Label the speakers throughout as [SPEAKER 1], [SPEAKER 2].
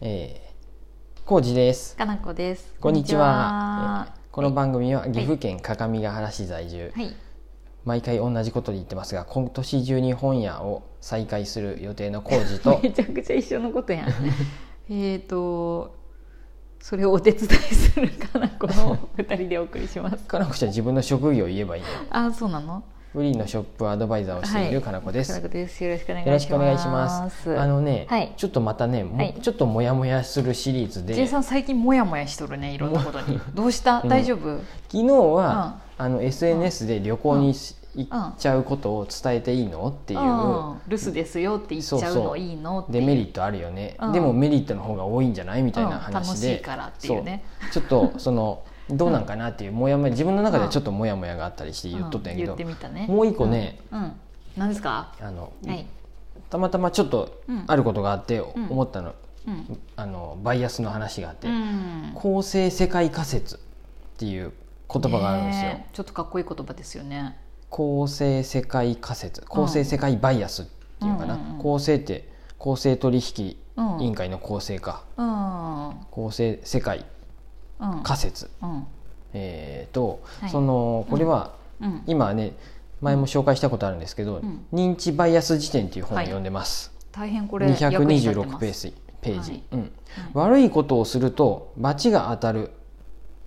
[SPEAKER 1] えー、浩二です
[SPEAKER 2] かなこです。
[SPEAKER 1] こんにちはえーこの番組は岐阜県各務原市在住、
[SPEAKER 2] こんにちは。はい。
[SPEAKER 1] 毎回同じことで言ってますが今年中に本屋を再開する予定の浩二と
[SPEAKER 2] めちゃくちゃ一緒のこ とやん。えっと、それをお手伝いするかなこの二人でお送りします。
[SPEAKER 1] かなこちゃん自分の職業を言えばいいの
[SPEAKER 2] あ、そうなの。
[SPEAKER 1] フリーのショップアドバイザーをしているかなこです、
[SPEAKER 2] かなこです。よろしくお願いします。
[SPEAKER 1] よろしくお願いします。あのね、
[SPEAKER 2] はい
[SPEAKER 1] ちょっとまたね、もう
[SPEAKER 2] はい
[SPEAKER 1] ちょっとモヤモヤするシリーズで、
[SPEAKER 2] J さん最近モヤモヤしとるねいろんなことにどうした
[SPEAKER 1] うん
[SPEAKER 2] 大丈夫
[SPEAKER 1] 昨日は、あの SNS で旅行にし行
[SPEAKER 2] うん
[SPEAKER 1] っちゃうことを伝えていいのっていう、
[SPEAKER 2] うん留守ですよって言っちゃう
[SPEAKER 1] そうそ
[SPEAKER 2] の
[SPEAKER 1] う
[SPEAKER 2] いいのって
[SPEAKER 1] デ
[SPEAKER 2] いう
[SPEAKER 1] メリットあるよね、
[SPEAKER 2] うん
[SPEAKER 1] でもメリットの方が多いんじゃないみたいな話で、
[SPEAKER 2] うん楽しいからっていうね
[SPEAKER 1] そうちょっとその どうなんかなっていうモヤモヤ自分の中でちょっとモヤモヤがあったりして言っとったんやけど、
[SPEAKER 2] うん言ってみたね
[SPEAKER 1] もう一個ね、
[SPEAKER 2] うんうん何ですか
[SPEAKER 1] あの
[SPEAKER 2] はい
[SPEAKER 1] たまたまちょっと
[SPEAKER 2] うん
[SPEAKER 1] あることがあって
[SPEAKER 2] ん
[SPEAKER 1] 思ったの,、
[SPEAKER 2] うん
[SPEAKER 1] あのバイアスの話があって、
[SPEAKER 2] うん
[SPEAKER 1] 構成世界仮説っていう言葉があるんですよ、
[SPEAKER 2] ねえちょっとかっこいい言葉ですよね
[SPEAKER 1] 構成世界仮説構成世界バイアスっていうかな、
[SPEAKER 2] うんうんうん
[SPEAKER 1] 構成って公正取引
[SPEAKER 2] うん
[SPEAKER 1] 委員会の構成か、
[SPEAKER 2] うん
[SPEAKER 1] 公正世界
[SPEAKER 2] うん
[SPEAKER 1] 仮説、
[SPEAKER 2] うん
[SPEAKER 1] えーと、
[SPEAKER 2] はい
[SPEAKER 1] そのこれは
[SPEAKER 2] うん
[SPEAKER 1] 今ね前も紹介したことあるんですけど、
[SPEAKER 2] ん
[SPEAKER 1] 認知バイアス辞典っていう本を読んでます、
[SPEAKER 2] 大変これ役に立って
[SPEAKER 1] 226
[SPEAKER 2] ます
[SPEAKER 1] ページページ、
[SPEAKER 2] はい
[SPEAKER 1] うん悪いことをすると罰が当たる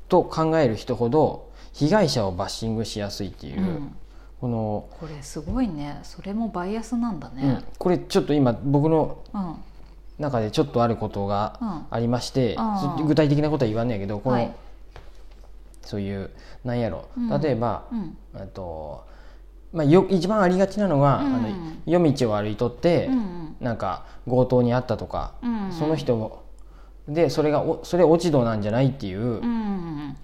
[SPEAKER 1] と考える人ほど被害者をバッシングしやすいっていう、
[SPEAKER 2] うん
[SPEAKER 1] この、
[SPEAKER 2] これすごいねそれもバイアスなんだ
[SPEAKER 1] うん
[SPEAKER 2] ね
[SPEAKER 1] これちょっと今僕の
[SPEAKER 2] うん
[SPEAKER 1] 中でちょっとあることがありまして、
[SPEAKER 2] うんあー
[SPEAKER 1] 具体的なことは言わんねやけどこの、
[SPEAKER 2] はい
[SPEAKER 1] そういうなんやろ
[SPEAKER 2] うん
[SPEAKER 1] 例えば、
[SPEAKER 2] うん
[SPEAKER 1] えっとまあ、よ一番ありがちなのが、
[SPEAKER 2] うん
[SPEAKER 1] あの夜道を歩いとって、
[SPEAKER 2] うん
[SPEAKER 1] なんか強盗にあったとか、
[SPEAKER 2] うん
[SPEAKER 1] その人もでそれがおそれ落ち度なんじゃないっていう、
[SPEAKER 2] うんうん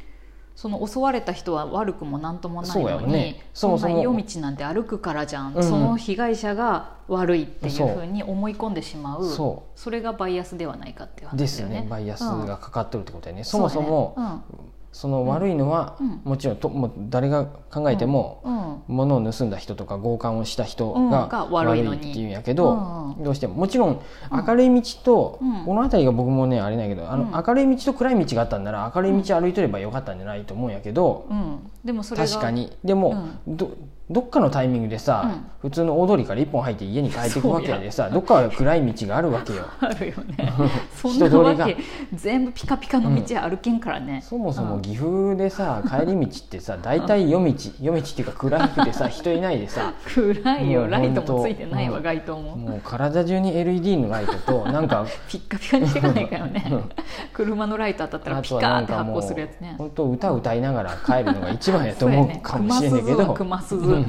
[SPEAKER 2] その襲われた人は悪くもなんともない
[SPEAKER 1] そうやも
[SPEAKER 2] のに
[SPEAKER 1] ん
[SPEAKER 2] そ,、
[SPEAKER 1] ねそもそも
[SPEAKER 2] んな夜道なんて歩くからじゃ
[SPEAKER 1] う
[SPEAKER 2] ん、
[SPEAKER 1] んうん
[SPEAKER 2] その被害者が悪いっていう
[SPEAKER 1] そう
[SPEAKER 2] ふうに思い込んでしまう
[SPEAKER 1] そ
[SPEAKER 2] れがバイアスではないかっていう話
[SPEAKER 1] ですよ
[SPEAKER 2] よ
[SPEAKER 1] ね
[SPEAKER 2] ね
[SPEAKER 1] バイアス
[SPEAKER 2] うん
[SPEAKER 1] がかかっとるってことやね、そもそも
[SPEAKER 2] うだね
[SPEAKER 1] その悪いのは、
[SPEAKER 2] うん
[SPEAKER 1] もちろんともう誰が考えても、
[SPEAKER 2] うんうん
[SPEAKER 1] 物を盗んだ人とか強姦をした人
[SPEAKER 2] うん
[SPEAKER 1] が
[SPEAKER 2] が
[SPEAKER 1] 悪
[SPEAKER 2] 悪
[SPEAKER 1] い
[SPEAKER 2] い
[SPEAKER 1] っ
[SPEAKER 2] のに
[SPEAKER 1] ていうんやけど、
[SPEAKER 2] うんうん
[SPEAKER 1] どうしてももちろん明るい道と、
[SPEAKER 2] うん
[SPEAKER 1] この辺りが僕もねあれないけどあの、
[SPEAKER 2] うん
[SPEAKER 1] 明るい道と暗い道があったんなら明るい道歩いとればよかったんじゃないと思うんやけど、
[SPEAKER 2] うん、でもそれが
[SPEAKER 1] 確かにでも、どどっかのタイミングでさ、普通の大通りから一本入って家に帰ってくわけやでさどっかは暗い道があるわけよ
[SPEAKER 2] あるよ ねそん
[SPEAKER 1] 人
[SPEAKER 2] な
[SPEAKER 1] 通りが
[SPEAKER 2] わけ全部ピカピカの道歩けんからね、
[SPEAKER 1] そもそも
[SPEAKER 2] うん
[SPEAKER 1] 岐阜でさ帰り道ってさ大体夜道夜道っていうか暗くてさ人いないでさ
[SPEAKER 2] 暗い
[SPEAKER 1] も
[SPEAKER 2] よ
[SPEAKER 1] う
[SPEAKER 2] ライトもついてない
[SPEAKER 1] ほ
[SPEAKER 2] わ
[SPEAKER 1] んと
[SPEAKER 2] 街灯も
[SPEAKER 1] もう体中に LED のライトとなんか
[SPEAKER 2] ピッカピカにしていかないからね車のライト当たったら
[SPEAKER 1] あ
[SPEAKER 2] ピ
[SPEAKER 1] と
[SPEAKER 2] カ
[SPEAKER 1] はな
[SPEAKER 2] ーっ
[SPEAKER 1] ん
[SPEAKER 2] て
[SPEAKER 1] か
[SPEAKER 2] 発
[SPEAKER 1] も
[SPEAKER 2] 光
[SPEAKER 1] う
[SPEAKER 2] するやつね
[SPEAKER 1] 本当歌歌いながら帰るのが一番やと
[SPEAKER 2] そうや
[SPEAKER 1] 思
[SPEAKER 2] ね
[SPEAKER 1] うかもしれないけど
[SPEAKER 2] 熊鈴
[SPEAKER 1] う
[SPEAKER 2] は
[SPEAKER 1] ん
[SPEAKER 2] 熊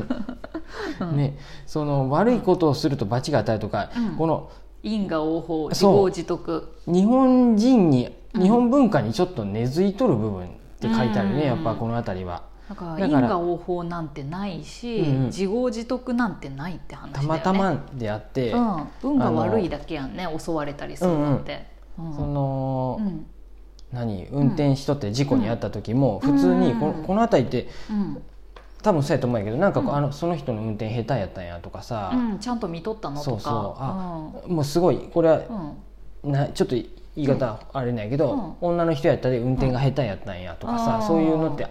[SPEAKER 2] 鈴
[SPEAKER 1] ねその悪いことをすると罰が当たるとか
[SPEAKER 2] うん
[SPEAKER 1] この
[SPEAKER 2] 因果応報自
[SPEAKER 1] そう
[SPEAKER 2] 業自得
[SPEAKER 1] 日本人に日本文化にちょっと根付いとる部分って書いてある
[SPEAKER 2] うん
[SPEAKER 1] ねやっぱこの辺りは。
[SPEAKER 2] だから
[SPEAKER 1] だ
[SPEAKER 2] 因
[SPEAKER 1] から
[SPEAKER 2] 果応報なんてないし、
[SPEAKER 1] うんうん
[SPEAKER 2] 自業自得なんてないって話だ
[SPEAKER 1] た
[SPEAKER 2] よね
[SPEAKER 1] またまであって、
[SPEAKER 2] うん、運が悪いだけやんね襲われたりするなんて、うん
[SPEAKER 1] その、
[SPEAKER 2] うん
[SPEAKER 1] 何運転しとって事故に遭った時も普通にこの,、
[SPEAKER 2] うん
[SPEAKER 1] この辺りって
[SPEAKER 2] うん
[SPEAKER 1] 多分そうやと思うんやけどなんかこう、
[SPEAKER 2] うん
[SPEAKER 1] あのその人の運転下手やったんやとかさ、
[SPEAKER 2] うん、ちゃんと見とったのとか
[SPEAKER 1] そうそうあもうすごいこれは
[SPEAKER 2] うんうん
[SPEAKER 1] なちょっと言い方あれなんやけど、女の人やったで運転が下手やったんやとかさ、
[SPEAKER 2] うん
[SPEAKER 1] そういうのって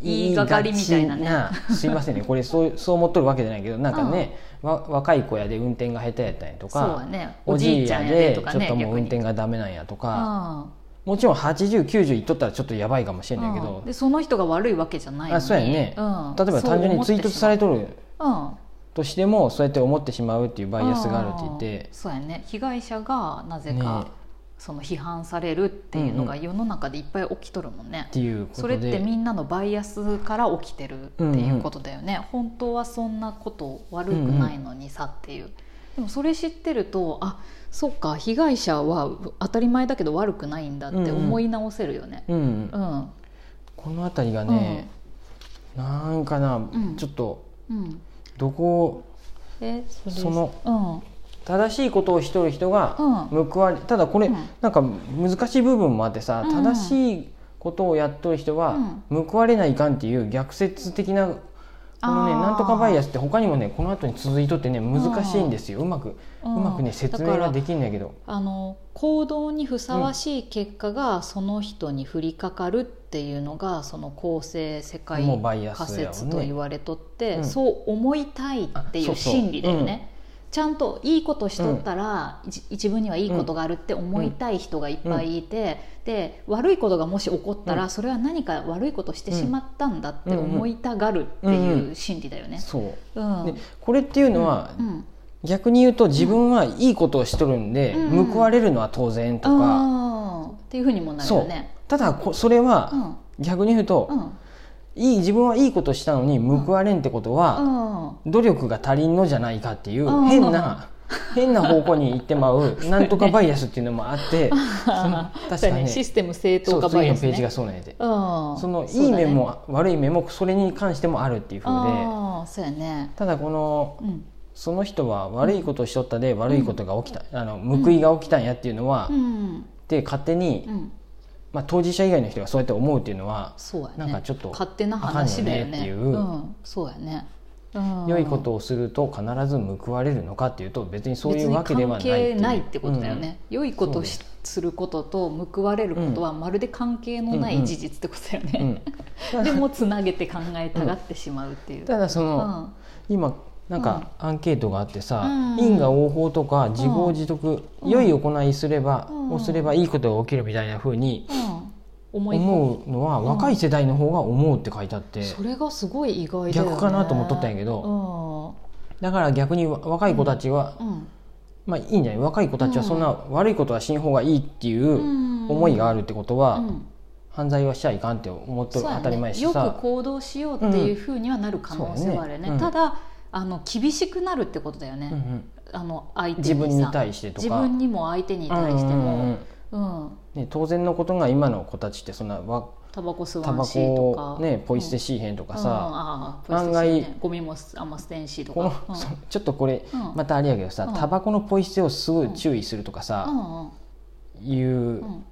[SPEAKER 2] 言いがかりみたいなね
[SPEAKER 1] 言がちなすいませんねこれそうそう思っとるわけじゃないけどなんかね、わ若い子やで運転が下手やったんやと
[SPEAKER 2] そう
[SPEAKER 1] か
[SPEAKER 2] や、ね
[SPEAKER 1] おじいやで
[SPEAKER 2] と
[SPEAKER 1] ち
[SPEAKER 2] か
[SPEAKER 1] ょっともう運転
[SPEAKER 2] 逆に
[SPEAKER 1] がダメなんやとか、
[SPEAKER 2] あ
[SPEAKER 1] もちろん8090いっとったらちょっとやばいかもしれないけ
[SPEAKER 2] う
[SPEAKER 1] ど
[SPEAKER 2] ん、でその人が悪いわけじゃないのに
[SPEAKER 1] あそうやね、
[SPEAKER 2] うん
[SPEAKER 1] 例えば単純にツイートされとる
[SPEAKER 2] そう思ってしまううん
[SPEAKER 1] としてもそうやって思ってしまうっていうバイアスがあるって言って
[SPEAKER 2] あーそうやね被害者がなぜか、
[SPEAKER 1] ね
[SPEAKER 2] その批判されるっていうのが
[SPEAKER 1] うん
[SPEAKER 2] 世の中でいっぱい起きとるもんね
[SPEAKER 1] っ、ていうことで
[SPEAKER 2] それってみんなのバイアスから起きてるっていうことだよね、本当はそんなこと悪くないのにさっていう、でもそれ知ってるとあそっか被害者は当たり前だけど悪くないんだって思い直せるよね
[SPEAKER 1] うんうん
[SPEAKER 2] うん、うん
[SPEAKER 1] この辺りがね、なんかな、
[SPEAKER 2] ん
[SPEAKER 1] ちょっとどこを
[SPEAKER 2] えそ
[SPEAKER 1] その
[SPEAKER 2] うん
[SPEAKER 1] 正しいことをしとる人が
[SPEAKER 2] うん
[SPEAKER 1] 報われ、ただこれ、
[SPEAKER 2] うん
[SPEAKER 1] なんか難しい部分もあってさ、
[SPEAKER 2] うん
[SPEAKER 1] 正しいことをやっとる人は報われないかんっていう逆説的なこのね
[SPEAKER 2] あー
[SPEAKER 1] なんとかバイアスって他にもねこの後に続いとってね難しいんですようまくう
[SPEAKER 2] うん
[SPEAKER 1] まくね説明
[SPEAKER 2] だか
[SPEAKER 1] が
[SPEAKER 2] ら
[SPEAKER 1] できんだけど
[SPEAKER 2] あの行動にふさわしい結果がその人に降りかかるっていうのがその構成世界
[SPEAKER 1] もうバイア
[SPEAKER 2] 仮
[SPEAKER 1] スやも
[SPEAKER 2] 説
[SPEAKER 1] ん
[SPEAKER 2] と
[SPEAKER 1] ね
[SPEAKER 2] 言われとって、
[SPEAKER 1] うん
[SPEAKER 2] そう思いたいってい
[SPEAKER 1] あそう
[SPEAKER 2] う
[SPEAKER 1] そう
[SPEAKER 2] 心理だよね。ちゃんといいことしとったら、じ自分にはいいことがあるって思いたい人がいっぱいいて、で悪いことがもし起こったら、
[SPEAKER 1] うん
[SPEAKER 2] それは何か悪いことしてしまったんだって思いたがるって
[SPEAKER 1] うん
[SPEAKER 2] いうう心理だよね。
[SPEAKER 1] そう
[SPEAKER 2] うん
[SPEAKER 1] でこれっていうのは
[SPEAKER 2] うんうん
[SPEAKER 1] 逆に言うと自分はいいことをしとるんで
[SPEAKER 2] うん
[SPEAKER 1] 報われるのは当然とか
[SPEAKER 2] あーっていうふうにもなるよね。
[SPEAKER 1] ただこそれ
[SPEAKER 2] う
[SPEAKER 1] は
[SPEAKER 2] ん
[SPEAKER 1] 逆に言う
[SPEAKER 2] う
[SPEAKER 1] と
[SPEAKER 2] ん
[SPEAKER 1] いい自分はいいことしたのに報われんってことは
[SPEAKER 2] うん
[SPEAKER 1] 努力が足りんのじゃないかっていう
[SPEAKER 2] うん
[SPEAKER 1] 変な変な方向に行ってま うなんとかバイアスっていうのもあってその確か
[SPEAKER 2] そうや
[SPEAKER 1] に
[SPEAKER 2] ね
[SPEAKER 1] ね
[SPEAKER 2] システム正
[SPEAKER 1] そ
[SPEAKER 2] 当化
[SPEAKER 1] う
[SPEAKER 2] バ
[SPEAKER 1] 次
[SPEAKER 2] イア
[SPEAKER 1] の
[SPEAKER 2] ス
[SPEAKER 1] ペ
[SPEAKER 2] ね
[SPEAKER 1] ージがそうなんやで
[SPEAKER 2] うん
[SPEAKER 1] その
[SPEAKER 2] そう
[SPEAKER 1] いい
[SPEAKER 2] だね
[SPEAKER 1] 面も悪い面もそれに関してもあるっていうふうで
[SPEAKER 2] ああそうやね
[SPEAKER 1] ただこの
[SPEAKER 2] うん
[SPEAKER 1] その人は悪いことをしとったで悪いことが起きたあの報いが起きたんやっていうのは
[SPEAKER 2] うん
[SPEAKER 1] で勝手に
[SPEAKER 2] うん
[SPEAKER 1] まあ当事者以外の人がそうやって思うっていうのは
[SPEAKER 2] そうやね
[SPEAKER 1] なんかちょっと
[SPEAKER 2] 勝手な話だよ
[SPEAKER 1] あかんよね
[SPEAKER 2] ね
[SPEAKER 1] っていうん
[SPEAKER 2] そうやねうん
[SPEAKER 1] 良いことをすると必ず報われるのかっていうと別にそういうわけではない
[SPEAKER 2] 別に関係ない
[SPEAKER 1] い
[SPEAKER 2] ってことだよね良いことをしすることと報われることはまるで関係のな
[SPEAKER 1] うんうん
[SPEAKER 2] い事実ってことだ
[SPEAKER 1] う
[SPEAKER 2] よ
[SPEAKER 1] んうん
[SPEAKER 2] ね でもつなげて考えたがってしまうっていう
[SPEAKER 1] ただそうの
[SPEAKER 2] ん
[SPEAKER 1] 今なんかアンケートがあってさ
[SPEAKER 2] うん
[SPEAKER 1] 因果応報とか自業自得
[SPEAKER 2] うん
[SPEAKER 1] 良い行いすれば
[SPEAKER 2] うん
[SPEAKER 1] をすればいいことが起きるみたいなふうに
[SPEAKER 2] うん思い込
[SPEAKER 1] 思うのは若い世代の方が思うって書いてあって
[SPEAKER 2] みそれがすごい意外だよね
[SPEAKER 1] 逆かなと思っとったんやけ
[SPEAKER 2] ど
[SPEAKER 1] だから逆に若い子たちは
[SPEAKER 2] うんうん
[SPEAKER 1] まあいいんじゃない若い子たちはそんな悪いことはしん方がいいっていう思
[SPEAKER 2] 思
[SPEAKER 1] いがあるってことは
[SPEAKER 2] うん
[SPEAKER 1] 犯罪はしちゃいかんって思っと
[SPEAKER 2] そう
[SPEAKER 1] る
[SPEAKER 2] やね
[SPEAKER 1] 当たり前やし
[SPEAKER 2] よ
[SPEAKER 1] さ
[SPEAKER 2] く行動しようっていうふうにはなる可能性はあるよね,、
[SPEAKER 1] うんそうやねうん
[SPEAKER 2] ただあの厳しくなるってことだよね、
[SPEAKER 1] うんうん
[SPEAKER 2] あの相
[SPEAKER 1] 自
[SPEAKER 2] 手にさ
[SPEAKER 1] 分に対してと
[SPEAKER 2] 自
[SPEAKER 1] か
[SPEAKER 2] 分にも相手に対して
[SPEAKER 1] うんうんう
[SPEAKER 2] も
[SPEAKER 1] ん
[SPEAKER 2] うん
[SPEAKER 1] ね、当然のことが今の子たちってそんなわ
[SPEAKER 2] タバコ吸
[SPEAKER 1] タ
[SPEAKER 2] わん
[SPEAKER 1] バ
[SPEAKER 2] しと
[SPEAKER 1] コ
[SPEAKER 2] か
[SPEAKER 1] を、ねポイ捨てしいへんと
[SPEAKER 2] と
[SPEAKER 1] かさ、
[SPEAKER 2] 案
[SPEAKER 1] 案
[SPEAKER 2] 外
[SPEAKER 1] 外
[SPEAKER 2] ゴミもすあんま捨てんしと
[SPEAKER 1] この
[SPEAKER 2] か、うん
[SPEAKER 1] そうちょっとこれ、
[SPEAKER 2] うん
[SPEAKER 1] またあれやけどさ、
[SPEAKER 2] うん
[SPEAKER 1] タバコのポイ捨てをすごい注意するとかさ、いう
[SPEAKER 2] うんうんうん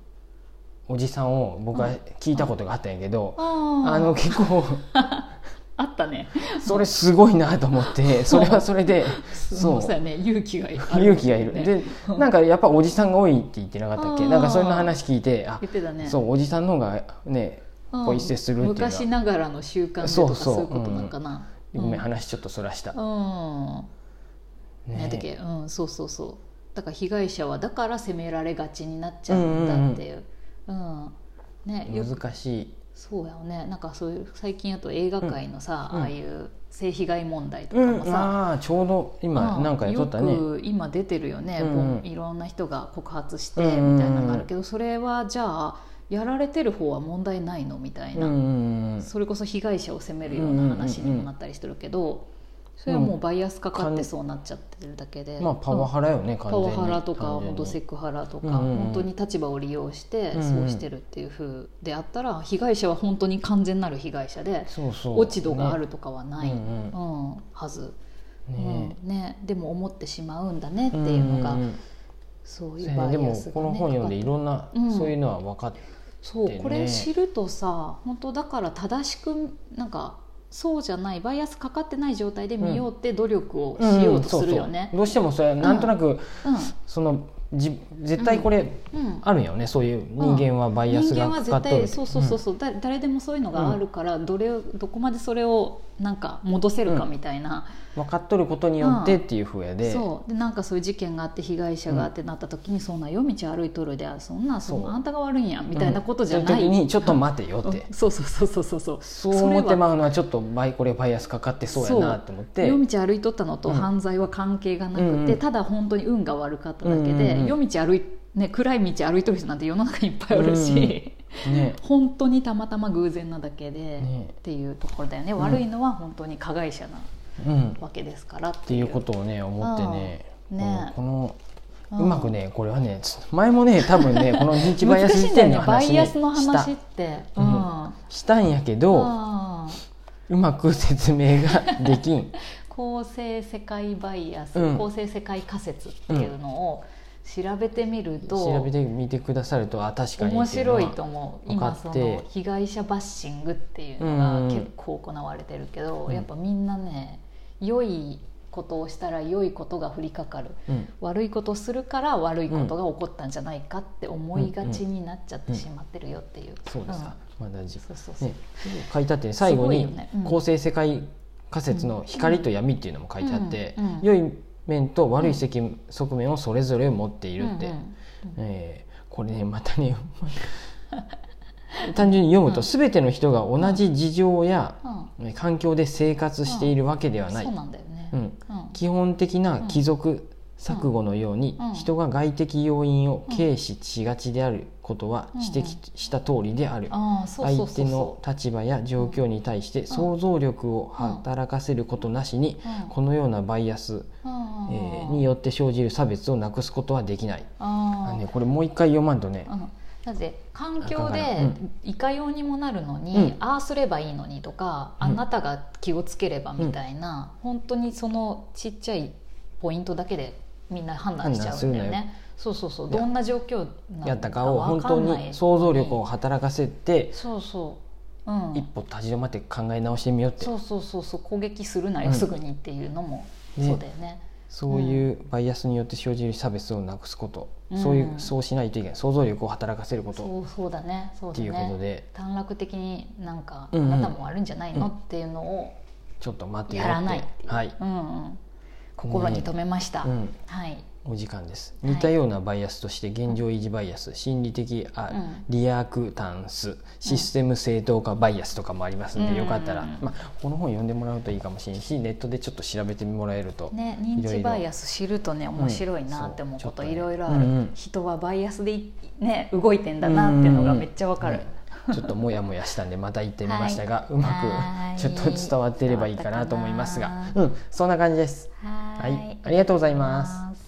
[SPEAKER 1] おじさんを僕は聞いたことがあったんやけど、
[SPEAKER 2] あー
[SPEAKER 1] あの結構
[SPEAKER 2] あったね
[SPEAKER 1] それすごいなと思ってそれはそれでそ
[SPEAKER 2] そううやね勇気がいる
[SPEAKER 1] 勇気がいる、
[SPEAKER 2] ね
[SPEAKER 1] でなんかやっぱおじさんが多いって言ってなかったっけ
[SPEAKER 2] あー
[SPEAKER 1] なんかそれの話聞いてあ
[SPEAKER 2] 言ってたね
[SPEAKER 1] そうおじさんの方がね
[SPEAKER 2] うん
[SPEAKER 1] ポイ捨てするっていうのは
[SPEAKER 2] 昔ながらの習慣で
[SPEAKER 1] そ
[SPEAKER 2] と
[SPEAKER 1] う
[SPEAKER 2] か
[SPEAKER 1] そう
[SPEAKER 2] そういうことなんかな
[SPEAKER 1] ごめん
[SPEAKER 2] うん
[SPEAKER 1] 話ちょっとそらした、
[SPEAKER 2] うん
[SPEAKER 1] ね
[SPEAKER 2] ねだけうん、そうそうそうだから被害者はだから責められがちになっちゃうんだっていう,、うんねよく
[SPEAKER 1] 難しい
[SPEAKER 2] そうやよねなんかそういう最近やと映画界のさ、
[SPEAKER 1] うん
[SPEAKER 2] ああいう性被害問題とか
[SPEAKER 1] う
[SPEAKER 2] も
[SPEAKER 1] ん、
[SPEAKER 2] さ、
[SPEAKER 1] ああちょうど今
[SPEAKER 2] うん
[SPEAKER 1] なんかやっとったね、
[SPEAKER 2] よく今出てるよね、
[SPEAKER 1] うんうん
[SPEAKER 2] こういろんな人が告発して
[SPEAKER 1] う
[SPEAKER 2] み
[SPEAKER 1] んうんうん
[SPEAKER 2] たいなのがあるけど、それはじゃあやられてる方は問題ないのみたいな、
[SPEAKER 1] うん
[SPEAKER 2] それこそ被害者を責めるような話にもなったりしてるけど、それはもうバイアスかかってそうなっちゃってるだけで、
[SPEAKER 1] まあパワハラよね、
[SPEAKER 2] うん
[SPEAKER 1] 完
[SPEAKER 2] パ
[SPEAKER 1] 全に
[SPEAKER 2] ワハラとか
[SPEAKER 1] 単純に
[SPEAKER 2] 本当セクハラとか、
[SPEAKER 1] うんうんうん
[SPEAKER 2] 本当に立場を利用して
[SPEAKER 1] うんうん
[SPEAKER 2] そうしてるっていうふうであったら被害者は本当に完全なる被害者で
[SPEAKER 1] そうそう
[SPEAKER 2] 落ち度があるとかはない、
[SPEAKER 1] ね
[SPEAKER 2] う
[SPEAKER 1] うん
[SPEAKER 2] はず、
[SPEAKER 1] んうんね
[SPEAKER 2] うんね、でも思ってしまうんだねっていうのが、
[SPEAKER 1] んんん
[SPEAKER 2] そう
[SPEAKER 1] そう
[SPEAKER 2] い
[SPEAKER 1] やね
[SPEAKER 2] うバ
[SPEAKER 1] で
[SPEAKER 2] イア
[SPEAKER 1] も
[SPEAKER 2] スが、ね、
[SPEAKER 1] この本読んでいろんな、
[SPEAKER 2] うん
[SPEAKER 1] そういうのは分かって
[SPEAKER 2] そう、
[SPEAKER 1] ね
[SPEAKER 2] これ知るとさ本当だから正しくなんかそうじゃないバイアスかかってない状態で見ようって努力をしようとするよね。
[SPEAKER 1] うんそうそうどうしてもそれはなんとなく、
[SPEAKER 2] うん
[SPEAKER 1] そのじ絶対これ
[SPEAKER 2] うん
[SPEAKER 1] あるよね、そういう人間はバイアス
[SPEAKER 2] 人
[SPEAKER 1] が
[SPEAKER 2] 間は
[SPEAKER 1] かかっ
[SPEAKER 2] 絶
[SPEAKER 1] とる
[SPEAKER 2] 対そうそうそうそう、だ誰でもそういうのがあるから、どれをどこまでそれをなんか戻せるかみたいな、
[SPEAKER 1] 分かっとることによってっていうふうやで、
[SPEAKER 2] そうでなんかそういう事件があって被害者があってなった時に、そんな夜道歩いとるでそんなそ
[SPEAKER 1] そ
[SPEAKER 2] の
[SPEAKER 1] う
[SPEAKER 2] あんたが悪いんやみたいなことじゃな
[SPEAKER 1] うん
[SPEAKER 2] い、
[SPEAKER 1] そういう時にちょっと待てよって、
[SPEAKER 2] うんそうそうそうそうそうそう
[SPEAKER 1] そう思って
[SPEAKER 2] それは
[SPEAKER 1] まうのはちょっとバイこれバイアスかかってそうやなと思って
[SPEAKER 2] 夜道歩いとったのと
[SPEAKER 1] うん
[SPEAKER 2] 犯罪は関係がなくて、
[SPEAKER 1] うんうん
[SPEAKER 2] ただ本当に運が悪かっただけで、
[SPEAKER 1] うんうんうん
[SPEAKER 2] 夜道歩いね暗い道歩いとる人なんて世の中にいっぱいおるし、
[SPEAKER 1] うんうんね
[SPEAKER 2] 本当にたまたま偶然なだけで、
[SPEAKER 1] ね
[SPEAKER 2] っていうところだよね、
[SPEAKER 1] ん
[SPEAKER 2] 悪いのは本当に加害者な
[SPEAKER 1] うん、っ
[SPEAKER 2] わけですからって
[SPEAKER 1] て
[SPEAKER 2] い
[SPEAKER 1] いううことをね思ってね,
[SPEAKER 2] う
[SPEAKER 1] うんん、
[SPEAKER 2] ね
[SPEAKER 1] この
[SPEAKER 2] うん
[SPEAKER 1] うまくねこれはねつ前もね多分 ねこの認知バイア
[SPEAKER 2] 難
[SPEAKER 1] ス
[SPEAKER 2] し
[SPEAKER 1] 時
[SPEAKER 2] いんだよ
[SPEAKER 1] 点
[SPEAKER 2] ね
[SPEAKER 1] の
[SPEAKER 2] バ
[SPEAKER 1] 話,、
[SPEAKER 2] イ
[SPEAKER 1] ね、
[SPEAKER 2] アスの
[SPEAKER 1] した
[SPEAKER 2] 話って、
[SPEAKER 1] うん
[SPEAKER 2] うん
[SPEAKER 1] したんやけど
[SPEAKER 2] あー
[SPEAKER 1] うまく説明がで きん
[SPEAKER 2] 構成世界バイアス、
[SPEAKER 1] うん
[SPEAKER 2] 構成世界仮説っていうのを、調べてみる
[SPEAKER 1] 調
[SPEAKER 2] と
[SPEAKER 1] べてみてくださるとあ確かに
[SPEAKER 2] 面白い
[SPEAKER 1] って
[SPEAKER 2] と思う
[SPEAKER 1] 分か
[SPEAKER 2] 今
[SPEAKER 1] って
[SPEAKER 2] その被害者バッシングっていう
[SPEAKER 1] うん
[SPEAKER 2] のが結構行われてるけど、
[SPEAKER 1] うん
[SPEAKER 2] やっぱみんなね良いことをしたら良いことが降りかかる
[SPEAKER 1] いうのは
[SPEAKER 2] 悪いことをするから悪いことが起こったんじゃないかって思いがちになっちゃってしまってるよっていう、
[SPEAKER 1] うん、そうですか、まあ大事
[SPEAKER 2] うんそうそうそう、
[SPEAKER 1] ね、書いてあって最後
[SPEAKER 2] すごい
[SPEAKER 1] に
[SPEAKER 2] よねうん
[SPEAKER 1] 「構成世界仮説の光と闇」っていうのも書いてあって、
[SPEAKER 2] うんうん
[SPEAKER 1] 良い面と悪い側面側面をそれぞれ持っているって、
[SPEAKER 2] うんうん
[SPEAKER 1] えーこれねまたね 単純に読むと全ての人が同じ事情や
[SPEAKER 2] うん
[SPEAKER 1] えー環境で生活しているわけではない、
[SPEAKER 2] そうなんだよね、
[SPEAKER 1] うん
[SPEAKER 2] うん
[SPEAKER 1] 基本的な貴族錯誤のように
[SPEAKER 2] うん
[SPEAKER 1] 人が外的要因を軽視しがちであることは指摘した通りである。
[SPEAKER 2] ああそうそ
[SPEAKER 1] 相
[SPEAKER 2] うそ
[SPEAKER 1] 手
[SPEAKER 2] う
[SPEAKER 1] の
[SPEAKER 2] そ
[SPEAKER 1] 立場や状況に対して想像力を働かせることなしに
[SPEAKER 2] う、うん
[SPEAKER 1] このようなバイアス、え
[SPEAKER 2] うん
[SPEAKER 1] ーによって生じる差別をなくすことはできない。あ
[SPEAKER 2] あ
[SPEAKER 1] の
[SPEAKER 2] あ
[SPEAKER 1] ねこれもう一回読まんとね
[SPEAKER 2] う。んだって環境
[SPEAKER 1] あかんか
[SPEAKER 2] で
[SPEAKER 1] ら
[SPEAKER 2] いかようにもなるのに、
[SPEAKER 1] うん
[SPEAKER 2] ああすればいいのにとか、
[SPEAKER 1] うん
[SPEAKER 2] あなたが気をつければみたいな、本当にそのちっちゃいポイントだけでみんな判断しちゃうんだよ
[SPEAKER 1] 判断する
[SPEAKER 2] ね。そうそうそう
[SPEAKER 1] いや
[SPEAKER 2] どんな状況なの
[SPEAKER 1] やったかを本
[SPEAKER 2] わか
[SPEAKER 1] 当
[SPEAKER 2] んない
[SPEAKER 1] に想像力を働かせて
[SPEAKER 2] そうそう、うん、
[SPEAKER 1] 一歩立ち止まって考え直してみようって
[SPEAKER 2] そうそうそうそう攻撃するなよ、
[SPEAKER 1] うん
[SPEAKER 2] すぐにっていうのも
[SPEAKER 1] ね
[SPEAKER 2] そうだよね。
[SPEAKER 1] そういうバイアスによって生じる差別をなくすこと、
[SPEAKER 2] うん
[SPEAKER 1] そういうそうしないといけない想像力を働かせること
[SPEAKER 2] そうそうだねそう
[SPEAKER 1] っ
[SPEAKER 2] だ
[SPEAKER 1] ていうこと
[SPEAKER 2] ね
[SPEAKER 1] で
[SPEAKER 2] 短絡的になんか、
[SPEAKER 1] うんうん
[SPEAKER 2] あなたも悪いんじゃないのっていうのを、
[SPEAKER 1] ちょっと待ってよ
[SPEAKER 2] やらないっていう、
[SPEAKER 1] はい、
[SPEAKER 2] うんうん、心に留めました、
[SPEAKER 1] うん、
[SPEAKER 2] はい、
[SPEAKER 1] お時間です
[SPEAKER 2] はい
[SPEAKER 1] 似たようなバイアスとして現状維持バイアス心理的あ、
[SPEAKER 2] うん
[SPEAKER 1] リアクタンスシステム正当化バイアスとかもありますんで、
[SPEAKER 2] うん
[SPEAKER 1] よかったら、
[SPEAKER 2] うん
[SPEAKER 1] まあ、この本読んでもらうといいかもしれんしネットでちょっと調べてもらえると、
[SPEAKER 2] ね認知バイアス知るとね面白いなって思うこといろいろある、
[SPEAKER 1] うんうん
[SPEAKER 2] 人はバイアスでいね動いてんだなっていうのがめっちゃわかる、
[SPEAKER 1] うんちょっともやもやしたんでまた行ってみましたが、う
[SPEAKER 2] は
[SPEAKER 1] ま
[SPEAKER 2] い
[SPEAKER 1] くちょっと伝わってればいいかなと思います
[SPEAKER 2] 伝わ
[SPEAKER 1] が
[SPEAKER 2] った、か
[SPEAKER 1] うん、そんな感じです。
[SPEAKER 2] は
[SPEAKER 1] は
[SPEAKER 2] ー
[SPEAKER 1] い、ありがとうございます。
[SPEAKER 2] す